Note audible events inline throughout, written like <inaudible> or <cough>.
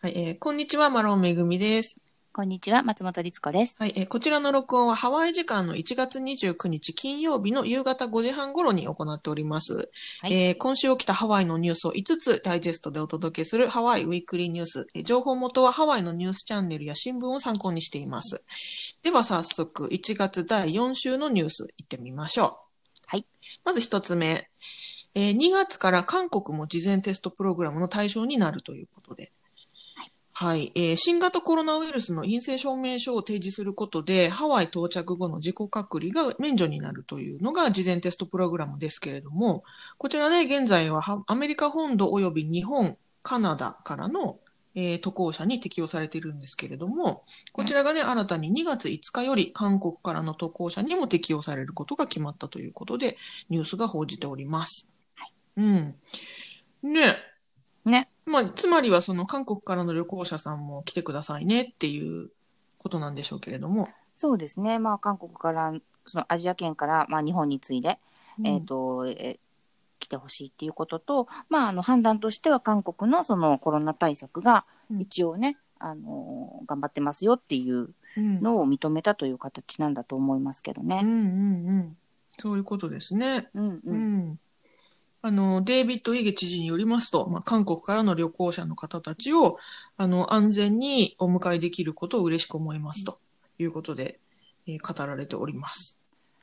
はい、えーこんにちは、マロンめぐみです。こんにちは、松本律子です。はい、えーこちらの録音はハワイ時間の1月29日金曜日の夕方5時半頃に行っております。はいえー今週起きたハワイのニュースを5つダイジェストでお届けするハワイウィークリーニュース。えー情報元はハワイのニュースチャンネルや新聞を参考にしています。では早速、1月第4週のニュース行ってみましょう。はい。まず1つ目。えー2月から韓国も事前テストプログラムの対象になるということで。はい、えー新型コロナウイルスの陰性証明書を提示することで、ハワイ到着後の自己隔離が免除になるというのが事前テストプログラムですけれども、こちらね、現在ははアメリカ本土及び日本、カナダからの、えー渡航者に適用されているんですけれども、こちらがね、新たに2月5日より韓国からの渡航者にも適用されることが決まったということで、ニュースが報じております。うん。ね、ね。まあ、つまりはその韓国からの旅行者さんも来てくださいねっていうことなんでしょうけれども。そうですね。まあ、韓国から、そのアジア圏から、まあ、日本に次いで、えっ、と、えー来てほしいっていうことと、まあ、あの、判断としては韓国のそのコロナ対策がう、ん一応ね、あのー頑張ってますよっていううん、のを認めたという形なんだと思いますけどうんね。うんうん。そういうことですね。うんう。うんん。あの、デイビッド・イゲ知事によりますと、まあ、韓国からの旅行者の方たちを、あの、安全にお迎えできることを嬉しく思いますということで、えー語られております。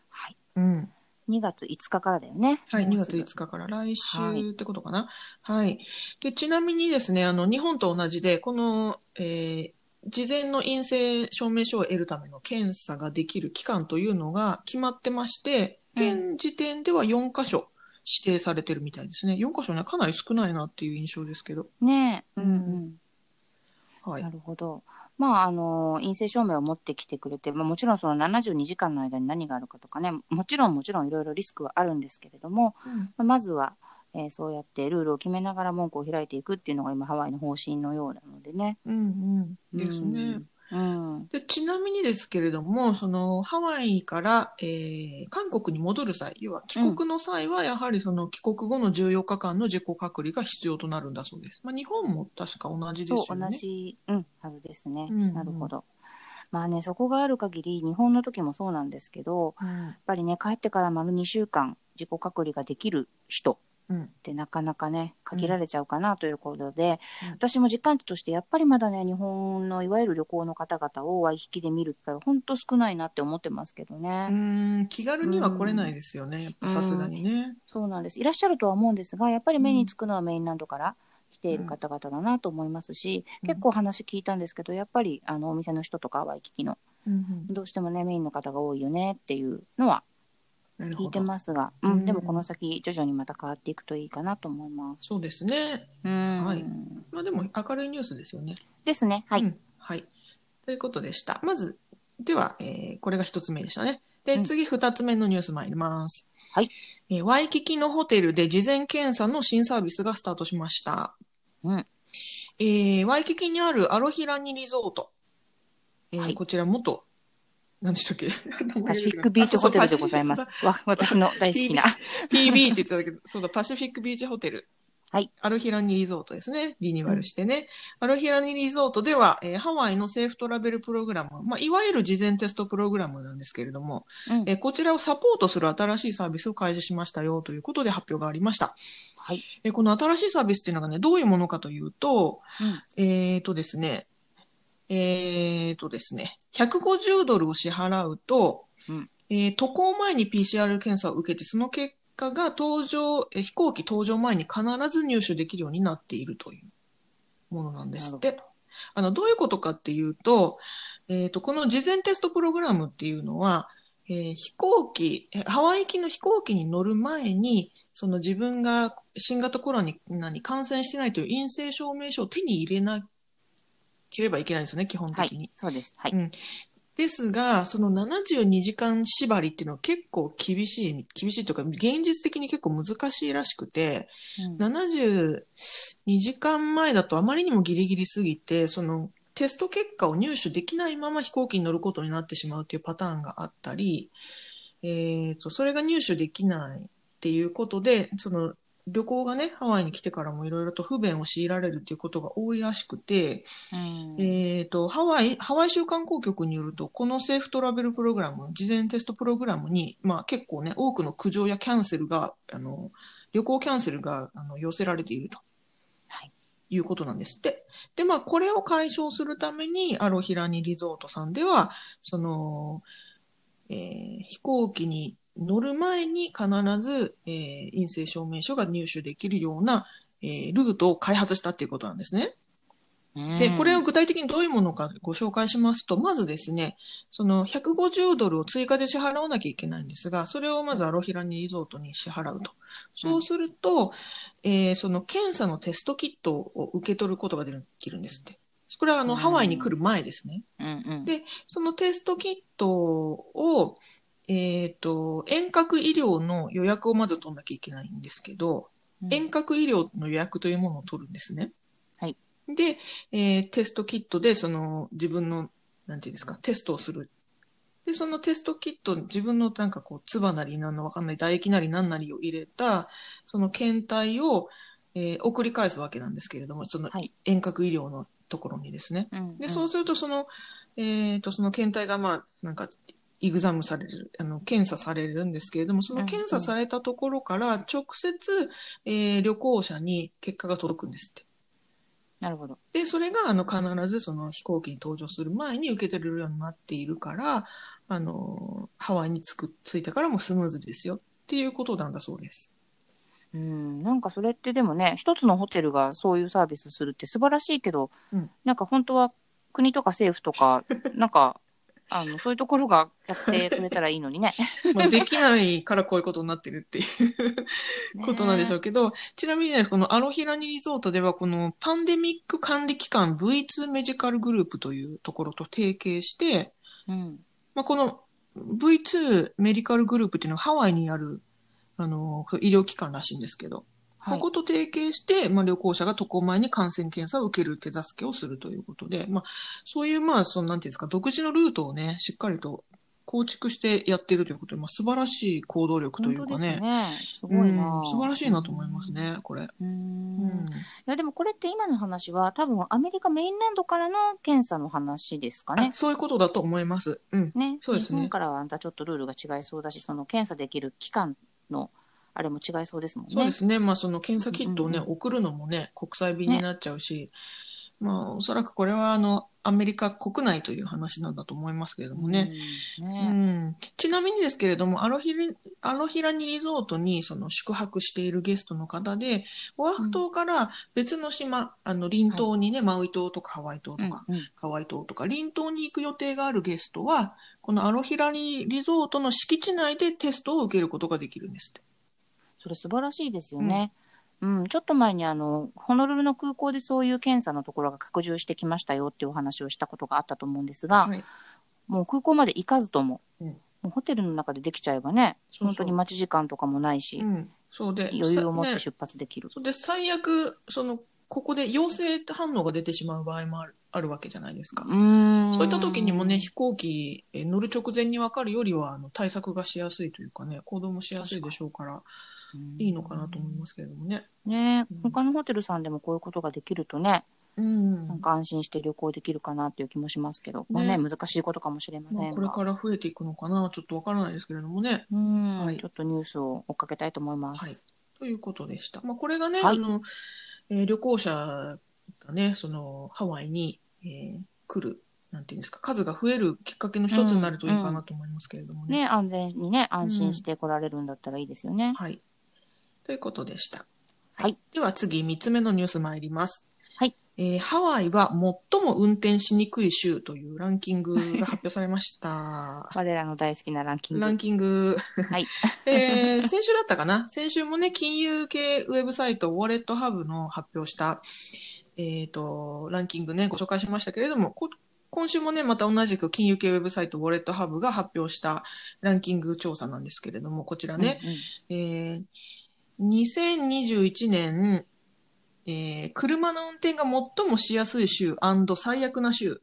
はい。うん。 2月5日からだよね。はい、も2うす月ぐ5日から来週はいってことかな。はい。で、ちなみにですね、あの、日本と同じで、この、えー事前の陰性証明書を得るための検査ができる期間というのが決まってまして、うん現時点では4箇所指定されてるみたいですね。4箇所ね、かなり少ないなっていう印象ですけど。ねえ。うんううんん。はいな。るほど。まあ、あの、陰性証明を持ってきてくれて、まあ、もちろんその72時間の間に何があるかとかね、もちろんもちろんいろいろリスクはあるんですけれども、まあまずは、えーそうやってルールを決めながら門戸を開いていくっていうのが今、ハワイの方針のようなのでね。うんうん。ですね。うん。うん。でちなみにですけれども、そのハワイから、えー韓国に戻る際、要は帰国の際は、やはりその帰国後の14日間の自己隔離が必要となるんだそうです。まあ、日本も確か同じですよねそう、。同じ、うん、はずですね。うんうんなるほど。まあね、そこがある限り、日本の時もそうなんですけど、うんやっぱりね、帰ってから丸2週間、自己隔離ができる人うんってなかなかね限られちゃうかなということで、うん私も実感値としてやっぱりまだね日本のいわゆる旅行の方々をワイ引きで見る機会は本当少ないなって思ってますけどね、うん気軽には来れないですよね、やっぱさすがにね。そうなんですいらっしゃるとは思うんですがやっぱり目につくのはメインランドから来ている方々だなと思いますし、うん結構話聞いたんですけどやっぱりあのお店の人とかワイキキのうんどうしてもねメインの方が多いよねっていうのはなる聞ほいてど。ますが、うんうん、でもこの先徐々にまた変わっていくといいかなと思います。そうですね。うんはいまあ、でも明るいニュースですよね。ですね。はい、うんはい。ということでした。まず、では、えーこれが一つ目でしたね。で、うん次二つ目のニュース参ります。はい。えーワイキキのホテルで事前検査の新サービスがスタートしました。うん。えーワイキキにあるアロヒラニリゾート。えーはいこちら元、何でしたっけ <laughs> パシフィックビーチホテルでございまあす。わ私の大好きな。そうそう PB って言ってたけど、そうだ、パシフィックビーチホテル。はい。アロヒラニリゾートですね。リニューアルしてね。アロヒラニリゾートでは、えーハワイのセーフトラベルプログラム、まあ、いわゆる事前テストプログラムなんですけれども、うんえーこちらをサポートする新しいサービスを開始しましたよということで発表がありました。はい。えーこの新しいサービスっていうのがね、どういうものかというと、うんえーとですね、えーとですね、150ドルを支払うと、うんえー渡航前に PCR 検査を受けて、その結果が搭乗、えー飛行機搭乗前に必ず入手できるようになっているというものなんですって。あの、どういうことかっていうと、えーと、この事前テストプログラムっていうのは、えー飛行機、えーハワイ行きの飛行機に乗る前に、その自分が新型コロナに感染してないという陰性証明書を手に入れなければいけないんですよね、基本は的にい。。そうです。はい。ですが、その72時間縛りっていうのは結構厳しい、厳しいというか、現実的に結構難しいらしくて、うん72時間前だとあまりにもギリギリすぎて、そのテスト結果を入手できないまま飛行機に乗ることになってしまうというパターンがあったり、えーと、それが入手できないっていうことで、その旅行がね、ハワイに来てからもいろいろと不便を強いられるっていうことが多いらしくて、うんえっ、と、ハワイ、ハワイ州観光局によると、このセーフトラベルプログラム、事前テストプログラムに、まあ結構ね、多くの苦情やキャンセルが、あの、旅行キャンセルが、あの、寄せられていると。はい。いうことなんですって。で、まあこれを解消するために、アロヒラニリゾートさんでは、その、えー飛行機に乗る前に必ず、えー陰性証明書が入手できるような、えールートを開発したっていうことなんですね。で、これを具体的にどういうものかご紹介しますと、まずですね、その150ドルを追加で支払わなきゃいけないんですが、それをまずアロヒラニリゾートに支払うと。そうすると、えーその検査のテストキットを受け取ることができるんですって。これはあの、うんハワイに来る前ですね。うんうんでそのテストキットを、えっ、と、遠隔医療の予約をまず取んなきゃいけないんですけど、うん遠隔医療の予約というものを取るんですね。はい。で、えーテストキットで、その、自分の、なんていうんですか、テストをする。で、そのテストキット、自分のなんかこう、唾なりなんのわかんない、唾液なりなんなりを入れた、その検体を、えー送り返すわけなんですけれども、そのはい遠隔医療のところにですね。うんで、そううすると、その、えっ、と、その検体が、まあ、なんか、イグザムされる、あの、検査されるんですけれども、その検査されたところから、直接、えー旅行者に結果が届くんですって。んなるほど。で、それが、あの、必ず、その、飛行機に搭乗する前に受け取れるようになっているから、あの、ハワイに着く、着いたからもスムーズですよ、っていうことなんだそうです。うん、なんかそれってでもね一つのホテルがそういうサービスするって素晴らしいけど、うんなんか本当は国とか政府とか <laughs> なんかあのそういうところがやってくれたらいいの <laughs> にね。まあ、できないからこういうことになってるっていう。ことなんでしょう。うけど、ちなみにね、このアロヒラニリゾートでは、このパンデミック管理機関 V2 メディカルグループというところと提携して、うん、まあ、この V2 メディカルグループっていうのはハワイにある、あの、医療機関らしいんですけど、はこいこと提携して、まあ、旅行者が渡航前に感染検査を受ける手助けをするということで、まあ、そういう、まあ、その、なんていうんですか、独自のルートをね、しっかりと構築してやっているということで、まあ、素晴らしい行動力とい本う当かでねす。ね。すごいな。うん素晴らしいなと思いますね、これ。うん。ういやでもこれって今の話は多分アメリカメインランドからの検査の話ですかあね。そういうことだと思います。うん。ねそうですね日本からはまたちょっとルールが違いそうだし、その検査できる期間のあれも違いそうですもんね。そうですね。まあ、その検査キットをね、うんう送るのもね、国際便になっちゃうし、まあ、おそらくこれは、あの、アメリカ国内という話なんだと思いますけれどもね。うん。うねん。ちなみにですけれども、アロヒリ、アロヒラニリゾートに、その、宿泊しているゲストの方で、オアフ島から別の島、あの、林島にね、マウイ島とかハワイ島とか、うんうんハワイ島とか林島に行く予定があるゲストは、このアロヒラリリゾートの敷地内でテストを受けることができるんですって。それ素晴らしいですよね。うんちょっと前にあのホノルルの空港でそういう検査のところが拡充してきましたよっていうお話をしたことがあったと思うんですが、はいもう空港まで行かずとも,、うんもうホテルの中でできちゃえばねそうそう本当に待ち時間とかもないし、うん。そうで、余裕を持っさてね出発できる。そうで、最悪、その、ここで陽性反応が出てしまう場合もあるあるわけじゃないですか。うんそういった時にもね、飛行機え乗る直前に分かるよりは、あの、対策がしやすいというかね、行動もしやすいでしょうから、いいのかなと思いますけれどもね。ねうん他のホテルさんでもこういうことができるとね、うん。なんか安心して旅行できるかなっていう気もしますけど、まあね、ね難しいことかもしれませんが、まあ、これから増えていくのかな、ちょっとわからないですけれどもね。うん、はいちょっとニュースを追っかけたいと思います。はい。ということでした。まあ、これがね、はいあの、えー旅行者がね、その、ハワイに、えー来る、なんていうんですか、数が増えるきっかけの一つになるといいかなと思いますけれどもね。ね、安全にね、安心して来られるんだったらいいですよね。はい。ということでした。はい。では次、三つ目のニュース参ります。はい。えーハワイは最も運転しにくい州というランキングが発表されました。我らの大好きなランキング。ランキング。はい。 <laughs> えー先週だったかな先週もね、金融系ウェブサイト、ウォレットハブの発表した、えっ、と、ランキングね、ご紹介しましたけれども、こ今週もね、また同じく金融系ウェブサイト、ウォレットハブが発表したランキング調査なんですけれども、こちらね、うんうんえー2021年、えー車の運転が最もしやすい州最悪な州。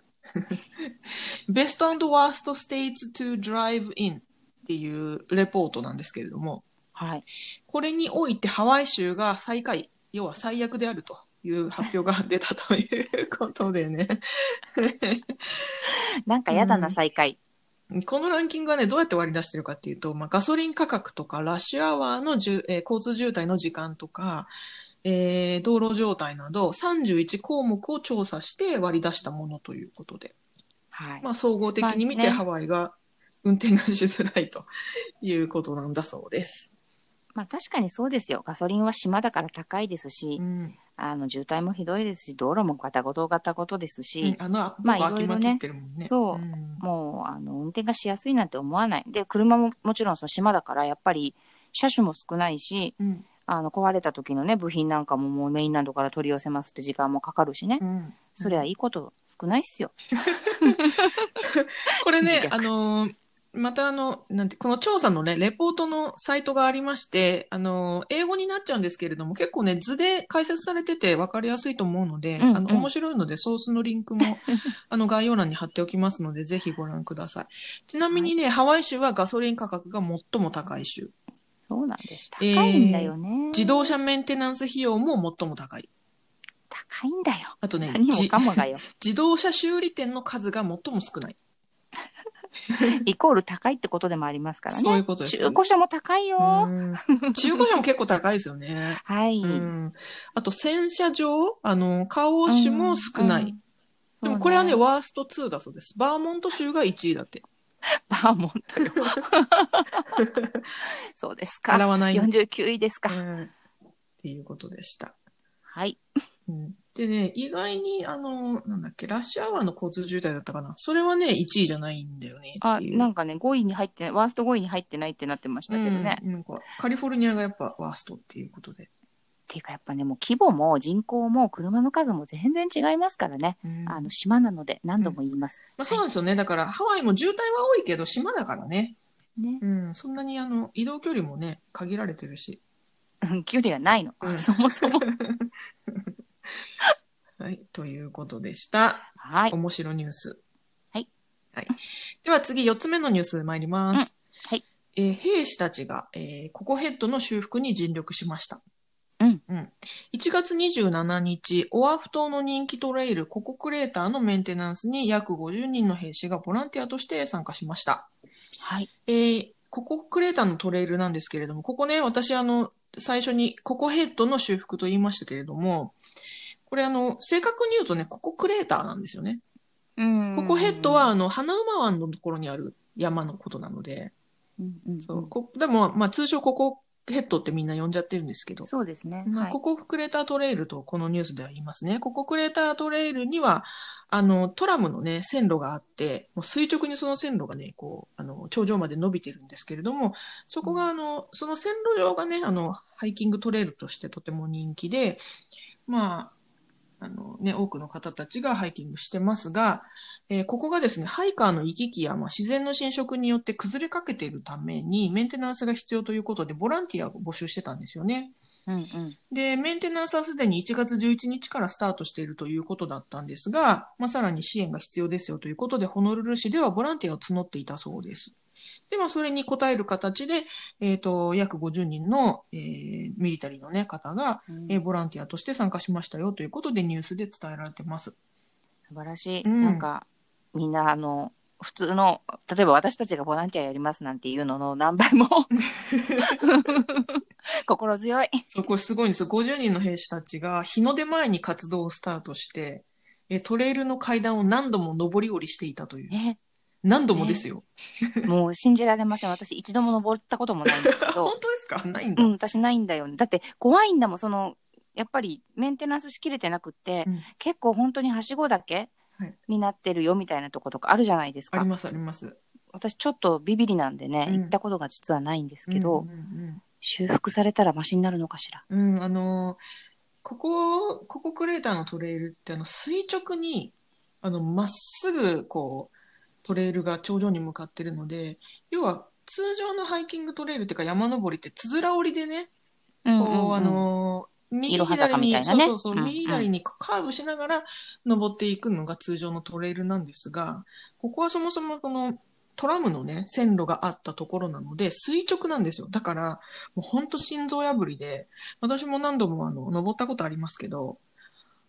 <laughs> ベストワーストステイツ to drive in っていうレポートなんですけれども、はい。これにおいてハワイ州が最下位、要は最悪であるという発表が出たということでね。なんかやだうなん最下位。このランキングはね、どうやって割り出してるかっていうと、まあ、ガソリン価格とか、ラッシュアワーのじゅ、えー交通渋滞の時間とか、えー道路状態など31項目を調査して割り出したものということで、はい。まあ、総合的に見まあてねハワイが運転がしづらいということなんだそうです。まあ確かにそうですよ。ガソリンは島だから高いですしう、ん、あの渋滞もひどいですし、道路もガタゴトガタゴトですし、あのアップまあが開きいろまいろくねってるもんね。そううんもうあの運転がしやすいなんて思わない。で、車ももちろんその島だから、やっぱり車種も少ないし、うんあの壊れた時のね、部品なんかももうメインランドから取り寄せますって時間もかかるしね。うんそりゃいいこと少ないっすよ。これ自ね、虐あのー、またあの、なんて、この調査のね、レポートのサイトがありまして、あのー、英語になっちゃうんですけれども、結構ね、図で解説されてて分かりやすいと思うので、うんうんあの、面白いので、ソースのリンク <laughs> も、あの、概要欄に貼っておきますので、ぜひご覧ください。ちなみにね、ハワイ州はガソリン価格が最も高い州。そうなんです。え高ーいんだよね。自動車メンテナンス費用も最も高い。高いんだよ。あとね、何もじかもがよ。自動車修理店の数が最も少ない。 <laughs> イコール高いってことでもありますからね。そういうことですよ中ね古車も高いよ。うん中古車も結構高いですよね。はい。うんあと、洗車場、あの、カーウォッシュも少ない。うんでも、これはね、そうワースト2だそうです。バーモント州が1位だって。バーモント <laughs> よ。そうです洗か。わない。 49位ですか。うんっていうことでした。はい。うんでね、意外に、あの、なんだっけ、ラッシュアワーの交通渋滞だったかな。それはね、1位じゃないんだよねっあ、ていう。なんかね、5位に入ってない、ワースト5位に入ってないってなってましたけどね。っうんなんか、カリフォルニアがやっぱワーストっていうことで。ていうか、やっぱね、もう規模も人口も車の数も全然違いますからね。うんあの、島なので何度も言います。まあ、そうなんですよね。だから、ハワイも渋滞は多いけど、島だからね。ね。うん、そんなにあの、移動距離もね、限られてるし。うん距離がないのう。んそもそも。 <laughs> はい、ということでした。 <laughs> はい。面白ニュース。はい。はい。では次、4つ目のニュース参ります。うんはい。えー兵士たちが、えーココヘッドの修復に尽力しました。うん。うん。1月27日、オアフ島の人気トレイル、ココクレーターのメンテナンスに約50人の兵士がボランティアとして参加しました。はい。えーココクレーターのトレイルなんですけれども、ここね、私あの、最初にココヘッドの修復と言いましたけれども、これあの、正確に言うとね、ココクレーターなんですよね。うんココヘッドは、あの、花馬湾のところにある山のことなので、うんうんうんそう、こでも、まあ通称ココヘッドってみんな呼んじゃってるんですけど、そうですね。まあはいココクレータートレイルとこのニュースでは言いますね。ココクレータートレイルには、あの、トラムのね、線路があって、もう垂直にその線路がね、こう、あの、頂上まで伸びてるんですけれども、そこがあの、その線路上がね、あの、ハイキングトレイルとしてとても人気で、まあ、あのね、多くの方たちがハイキングしてますが、えーここがですね、ハイカーの行き来や、まあ、自然の侵食によって崩れかけているために、メンテナンスが必要ということで、ボランティアを募集してたんですよね。うんうん。で、メンテナンスはすでに1月11日からスタートしているということだったんですが、まあ、さらに支援が必要ですよということで、ホノルル市ではボランティアを募っていたそうです。で、まあ、それに応える形で、えっ、と、約50人の、えーミリタリーの、ね、方が、うんえーボランティアとして参加しましたよということで、ニュースで伝えられてます。素晴らしい、うんなんかみんなあの普通の例えば私たちがボランティアやりますなんていうのの何 <laughs> 倍も心強いそう、これすごいんですよ。50人の兵士たちが日の出前に活動をスタートして、えートレイルの階段を何度も上り下りしていたという。ね何度もですよ。もう信じられません私一度も登ったこともないんですけ本 <laughs> ど当ですかないんうだ。ん私ないんだよねだって怖いんだもんそのやっぱりメンテナンスしきれてなくって、うん結構本当にはしごだけはいになってるよみたいなとことかあるじゃないですありかますあります。私ちょっとビビりなんでね、うん行ったことが実はないんですけど、うんうん修復されたらマシになるのかしらうん、うんあのここここクレーターのトレイルってあの垂直にあのまっすぐこうトレイルが頂上に向かってるので要は通常のハイキングトレイルっていうか山登りってつづら折りでねうんうんうんこうあの右いろは左坂みに、たいなそうねそうそううんうん右左にカーブしながら登っていくのが通常のトレイルなんですがここはそもそもこのトラムのね、線路があったところなので、垂直なんですよ。だから、もうほんと心臓破りで、私も何度もあの、登ったことありますけど、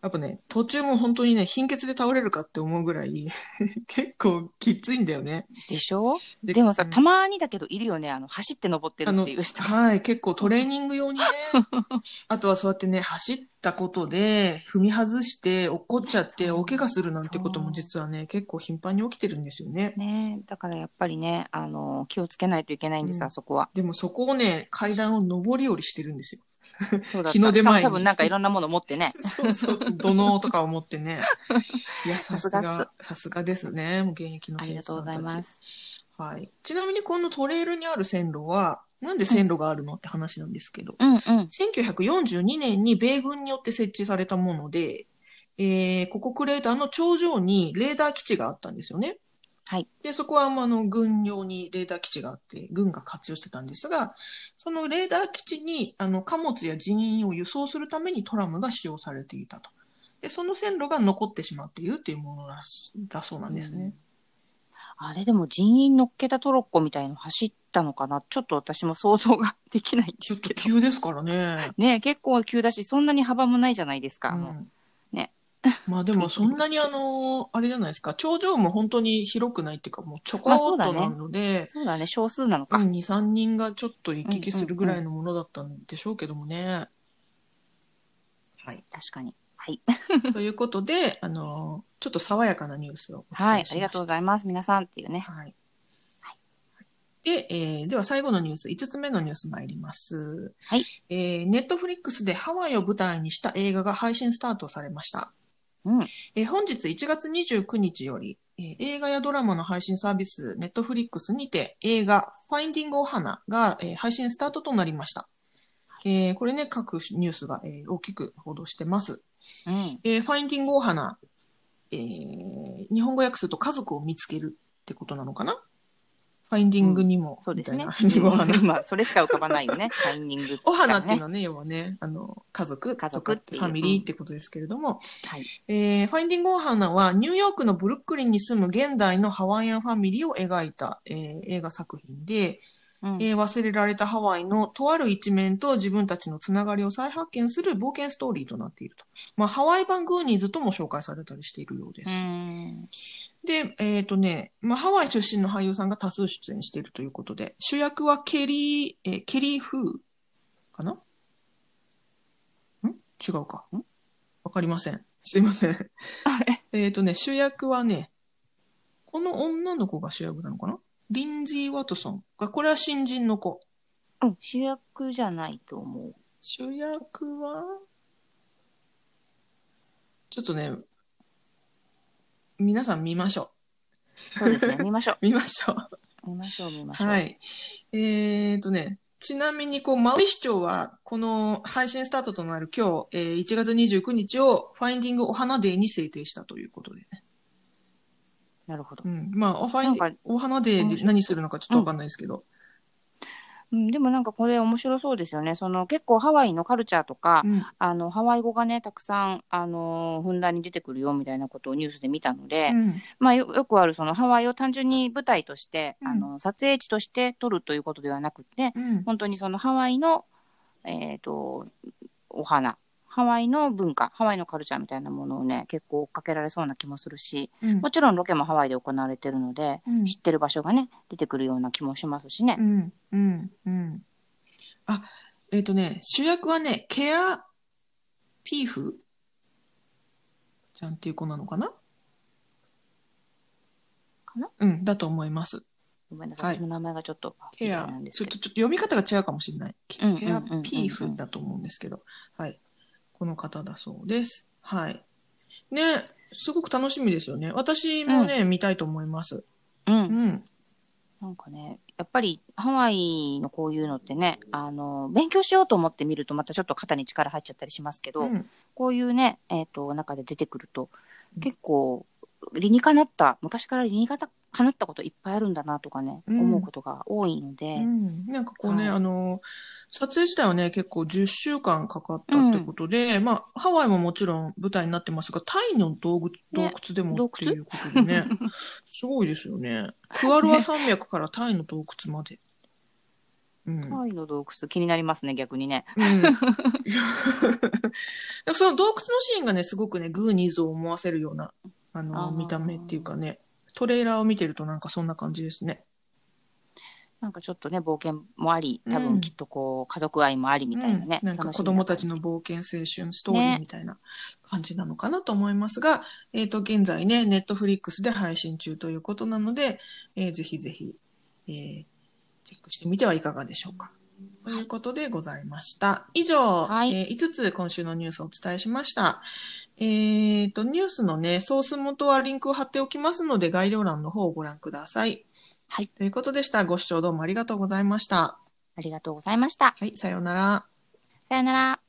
やっぱね、途中も本当にね、貧血で倒れるかって思うぐらい、 <laughs> 結構きついんだよね。でしょででもさ、うんたまにだけどいるよね。あの、走って登ってるっていう人。はい、結構トレーニング <laughs> 用にね、あとはそうやってね、走ったことで、踏み外して、落っこっちゃって、そう大怪我するなんてことそもう実はね、結構頻繁に起きてるんですよね。ねだからやっぱりね、あの、気をつけないといけないんです、うんあそこは。でもそこをね、階段を上り下りしてるんですよ。そうだった。日の出前にしかも多分なんかいろんなもの持ってね。そうそうそう、 <laughs> 土のうとかを持ってね。いや、さすさすがっが、さすがですね、もう現役のあ兵り士がとさうんたござちいます。はい。ちなみにこのトレイルにある線路は、なんで線路があるのって話なんですけど、うんうん。 1942年に米軍によって設置されたもので、えーここクレーターの頂上にレーダー基地があったんですよね。はい。で、そこはまああの軍用にレーダー基地があって、軍が活用してたんですが、そのレーダー基地にあの貨物や人員を輸送するためにトラムが使用されていたと。で、その線路が残ってしまっているっていうものらしだそうなんですね。あれでも人員乗っけたトロッコみたいの走ったのかなちょっと私も想像ができないんでちょすっとけど。急ですからね。ね結構急だし、そんなに幅もないじゃないですか。あうのんね。 <laughs> まあでもそんな <laughs> にあの、あれじゃないですか、頂上も本当に広くないっていうか、もうちょこまあそうっだとねなので、そうだね、少数なのうか。ん、2、3人がちょっと行き来するぐらいのものだったんでしょうけどもね。はい。確かに。はい。 <laughs> ということで、あの、ちょっと爽やかなニュースをおは伝いえ、あしりまがとうしごた。ざいます。皆さんっていうね。はい。で、えーでは最後のニュース、5つ目のニュース参ります。はい。えー、ネットフリックスでハワイを舞台にした映画が配信スタートされました。うん。えー本日1月29日より、えー映画やドラマの配信サービス、ネットフリックスにて映画、ファインディング・オハナが、えー配信スタートとなりました。えーこれね、各ニュースが、えー大きく報道してます。うん。えーファインディング・オハナ、えー日本語訳すると家族を見つけるってことなのかなファインディングにも、そうですねみたいな。ファイ <laughs> ンディング・オハナ。今、 <laughs> それしか浮かばないよね。タイミング、ね。お花っていうのはね、要はね、あの、家族家と族かっフていうァミリーってことですけれども、はいえーファインディング・オーハナはニューヨークのブルックリンに住む現代のハワイアンファミリーを描いた、えー映画作品で、うんえー忘れられたハワイのとある一面と自分たちのつながりを再発見する冒険ストーリーとなっていると。まあ、ハワイ版グーニーズとも紹介されたりしているようでうす。ん。で、えっ、とね、まあ、ハワイ出身の俳優さんが多数出演しているということで、主役はケリー、えーケリー・フーかなん違うかんわかりません。すいません。あれえっ、とね、主役はね、この女の子が主役なのかなリンジー・ワトソンが、これは新人の子。うん、主役じゃないと思う。主役は、ちょっとね、皆さん見ましょそう <laughs> ですね。見ましょう。見ましょう。う。見ましょう、見ましょう。は。い。えっとね、ちなみに、こう、マウイ市長は、この配信スタートとなる今日、えー1月29日を、ファインディングお花デーに制定したということでね。なるほどう。ん。まあ、ファインディなンんグ、お花デーで何するのかちょっとわかんないですけど。うん、でもなんかこれ面白そうですよね。その結構ハワイのカルチャーとか、うんあの、ハワイ語がね、たくさん、あのー、ふんだんに出てくるよみたいなことをニュースで見たので、うんまあよよくあるそのハワイを単純に舞台として、うんあの、撮影地として撮るということではなくて、うん。本当にそのハワイの、えっ、と、お花、ハワイの文化、ハワイのカルチャーみたいなものをね、結構追っかけられそうな気もするし、うんもちろんロケもハワイで行われてるので、うん知ってる場所がね、出てくるような気もしますしねう。ん。うん。うん。あ、えっとね、主役はね、ケア・ピーフちゃんっていう子なのかなかなうん、だと思います。ごめんなさい。はいその名前がちょっと、ケあアれなん、ですちょけっどとちょっと読み方が違うかもしれない。ケうんうんうんケうアんうんピーフだと思うんですけど、はい。この方だそうです。はい。ね、すごく楽しみですよね。私もね、見たいと思います。う。うんん。なんかね、やっぱりハワイのこういうのってね、あの、勉強しようと思ってみるとまたちょっと肩に力入っちゃったりしますけど、うんこういうね、えっ、と、中で出てくるとうん、結構、理にかなった、昔から理にかなったこといっぱいあるんだなとかね、うん思うことが多いので、うん、なんかこうね、はいあの、撮影自体はね、結構10週間かかったってことで、まあ、ハワイももちろん舞台になってますが、タイの洞窟洞窟でもっていうことでね、 <laughs> すごいですよね。クアルア山脈からタイの洞窟まで。うん。タイの洞窟気になりますね逆にね。うんなん <laughs> かその洞窟のシーンがね、すごくね、グーニーズを思わせるような、あの、あー見た目っていうかね、トレーラーを見てるとなんかそんな感じですね。なんかちょっとね冒険もあり多う分んきっとこう家族愛もありみたいなね。うん、なんか楽し子みな供たちの感冒険青春ストーリーみたいな感じなのかなと思いますが、えっ、と、現在ね、ネットフリックスで配信中ということなので、えーぜひぜひ、えーチェックしてみてはいかがでしょうか。ということでございました。以上、はいえ5つ今週のニュースをお伝えしました。えっ、と、ニュースのね、ソース元はリンクを貼っておきますので、概要欄の方をご覧ください。はい。ということでした。ご視聴どうもありがとうございました。ありがとうございました。はい、さようなら。さよなら。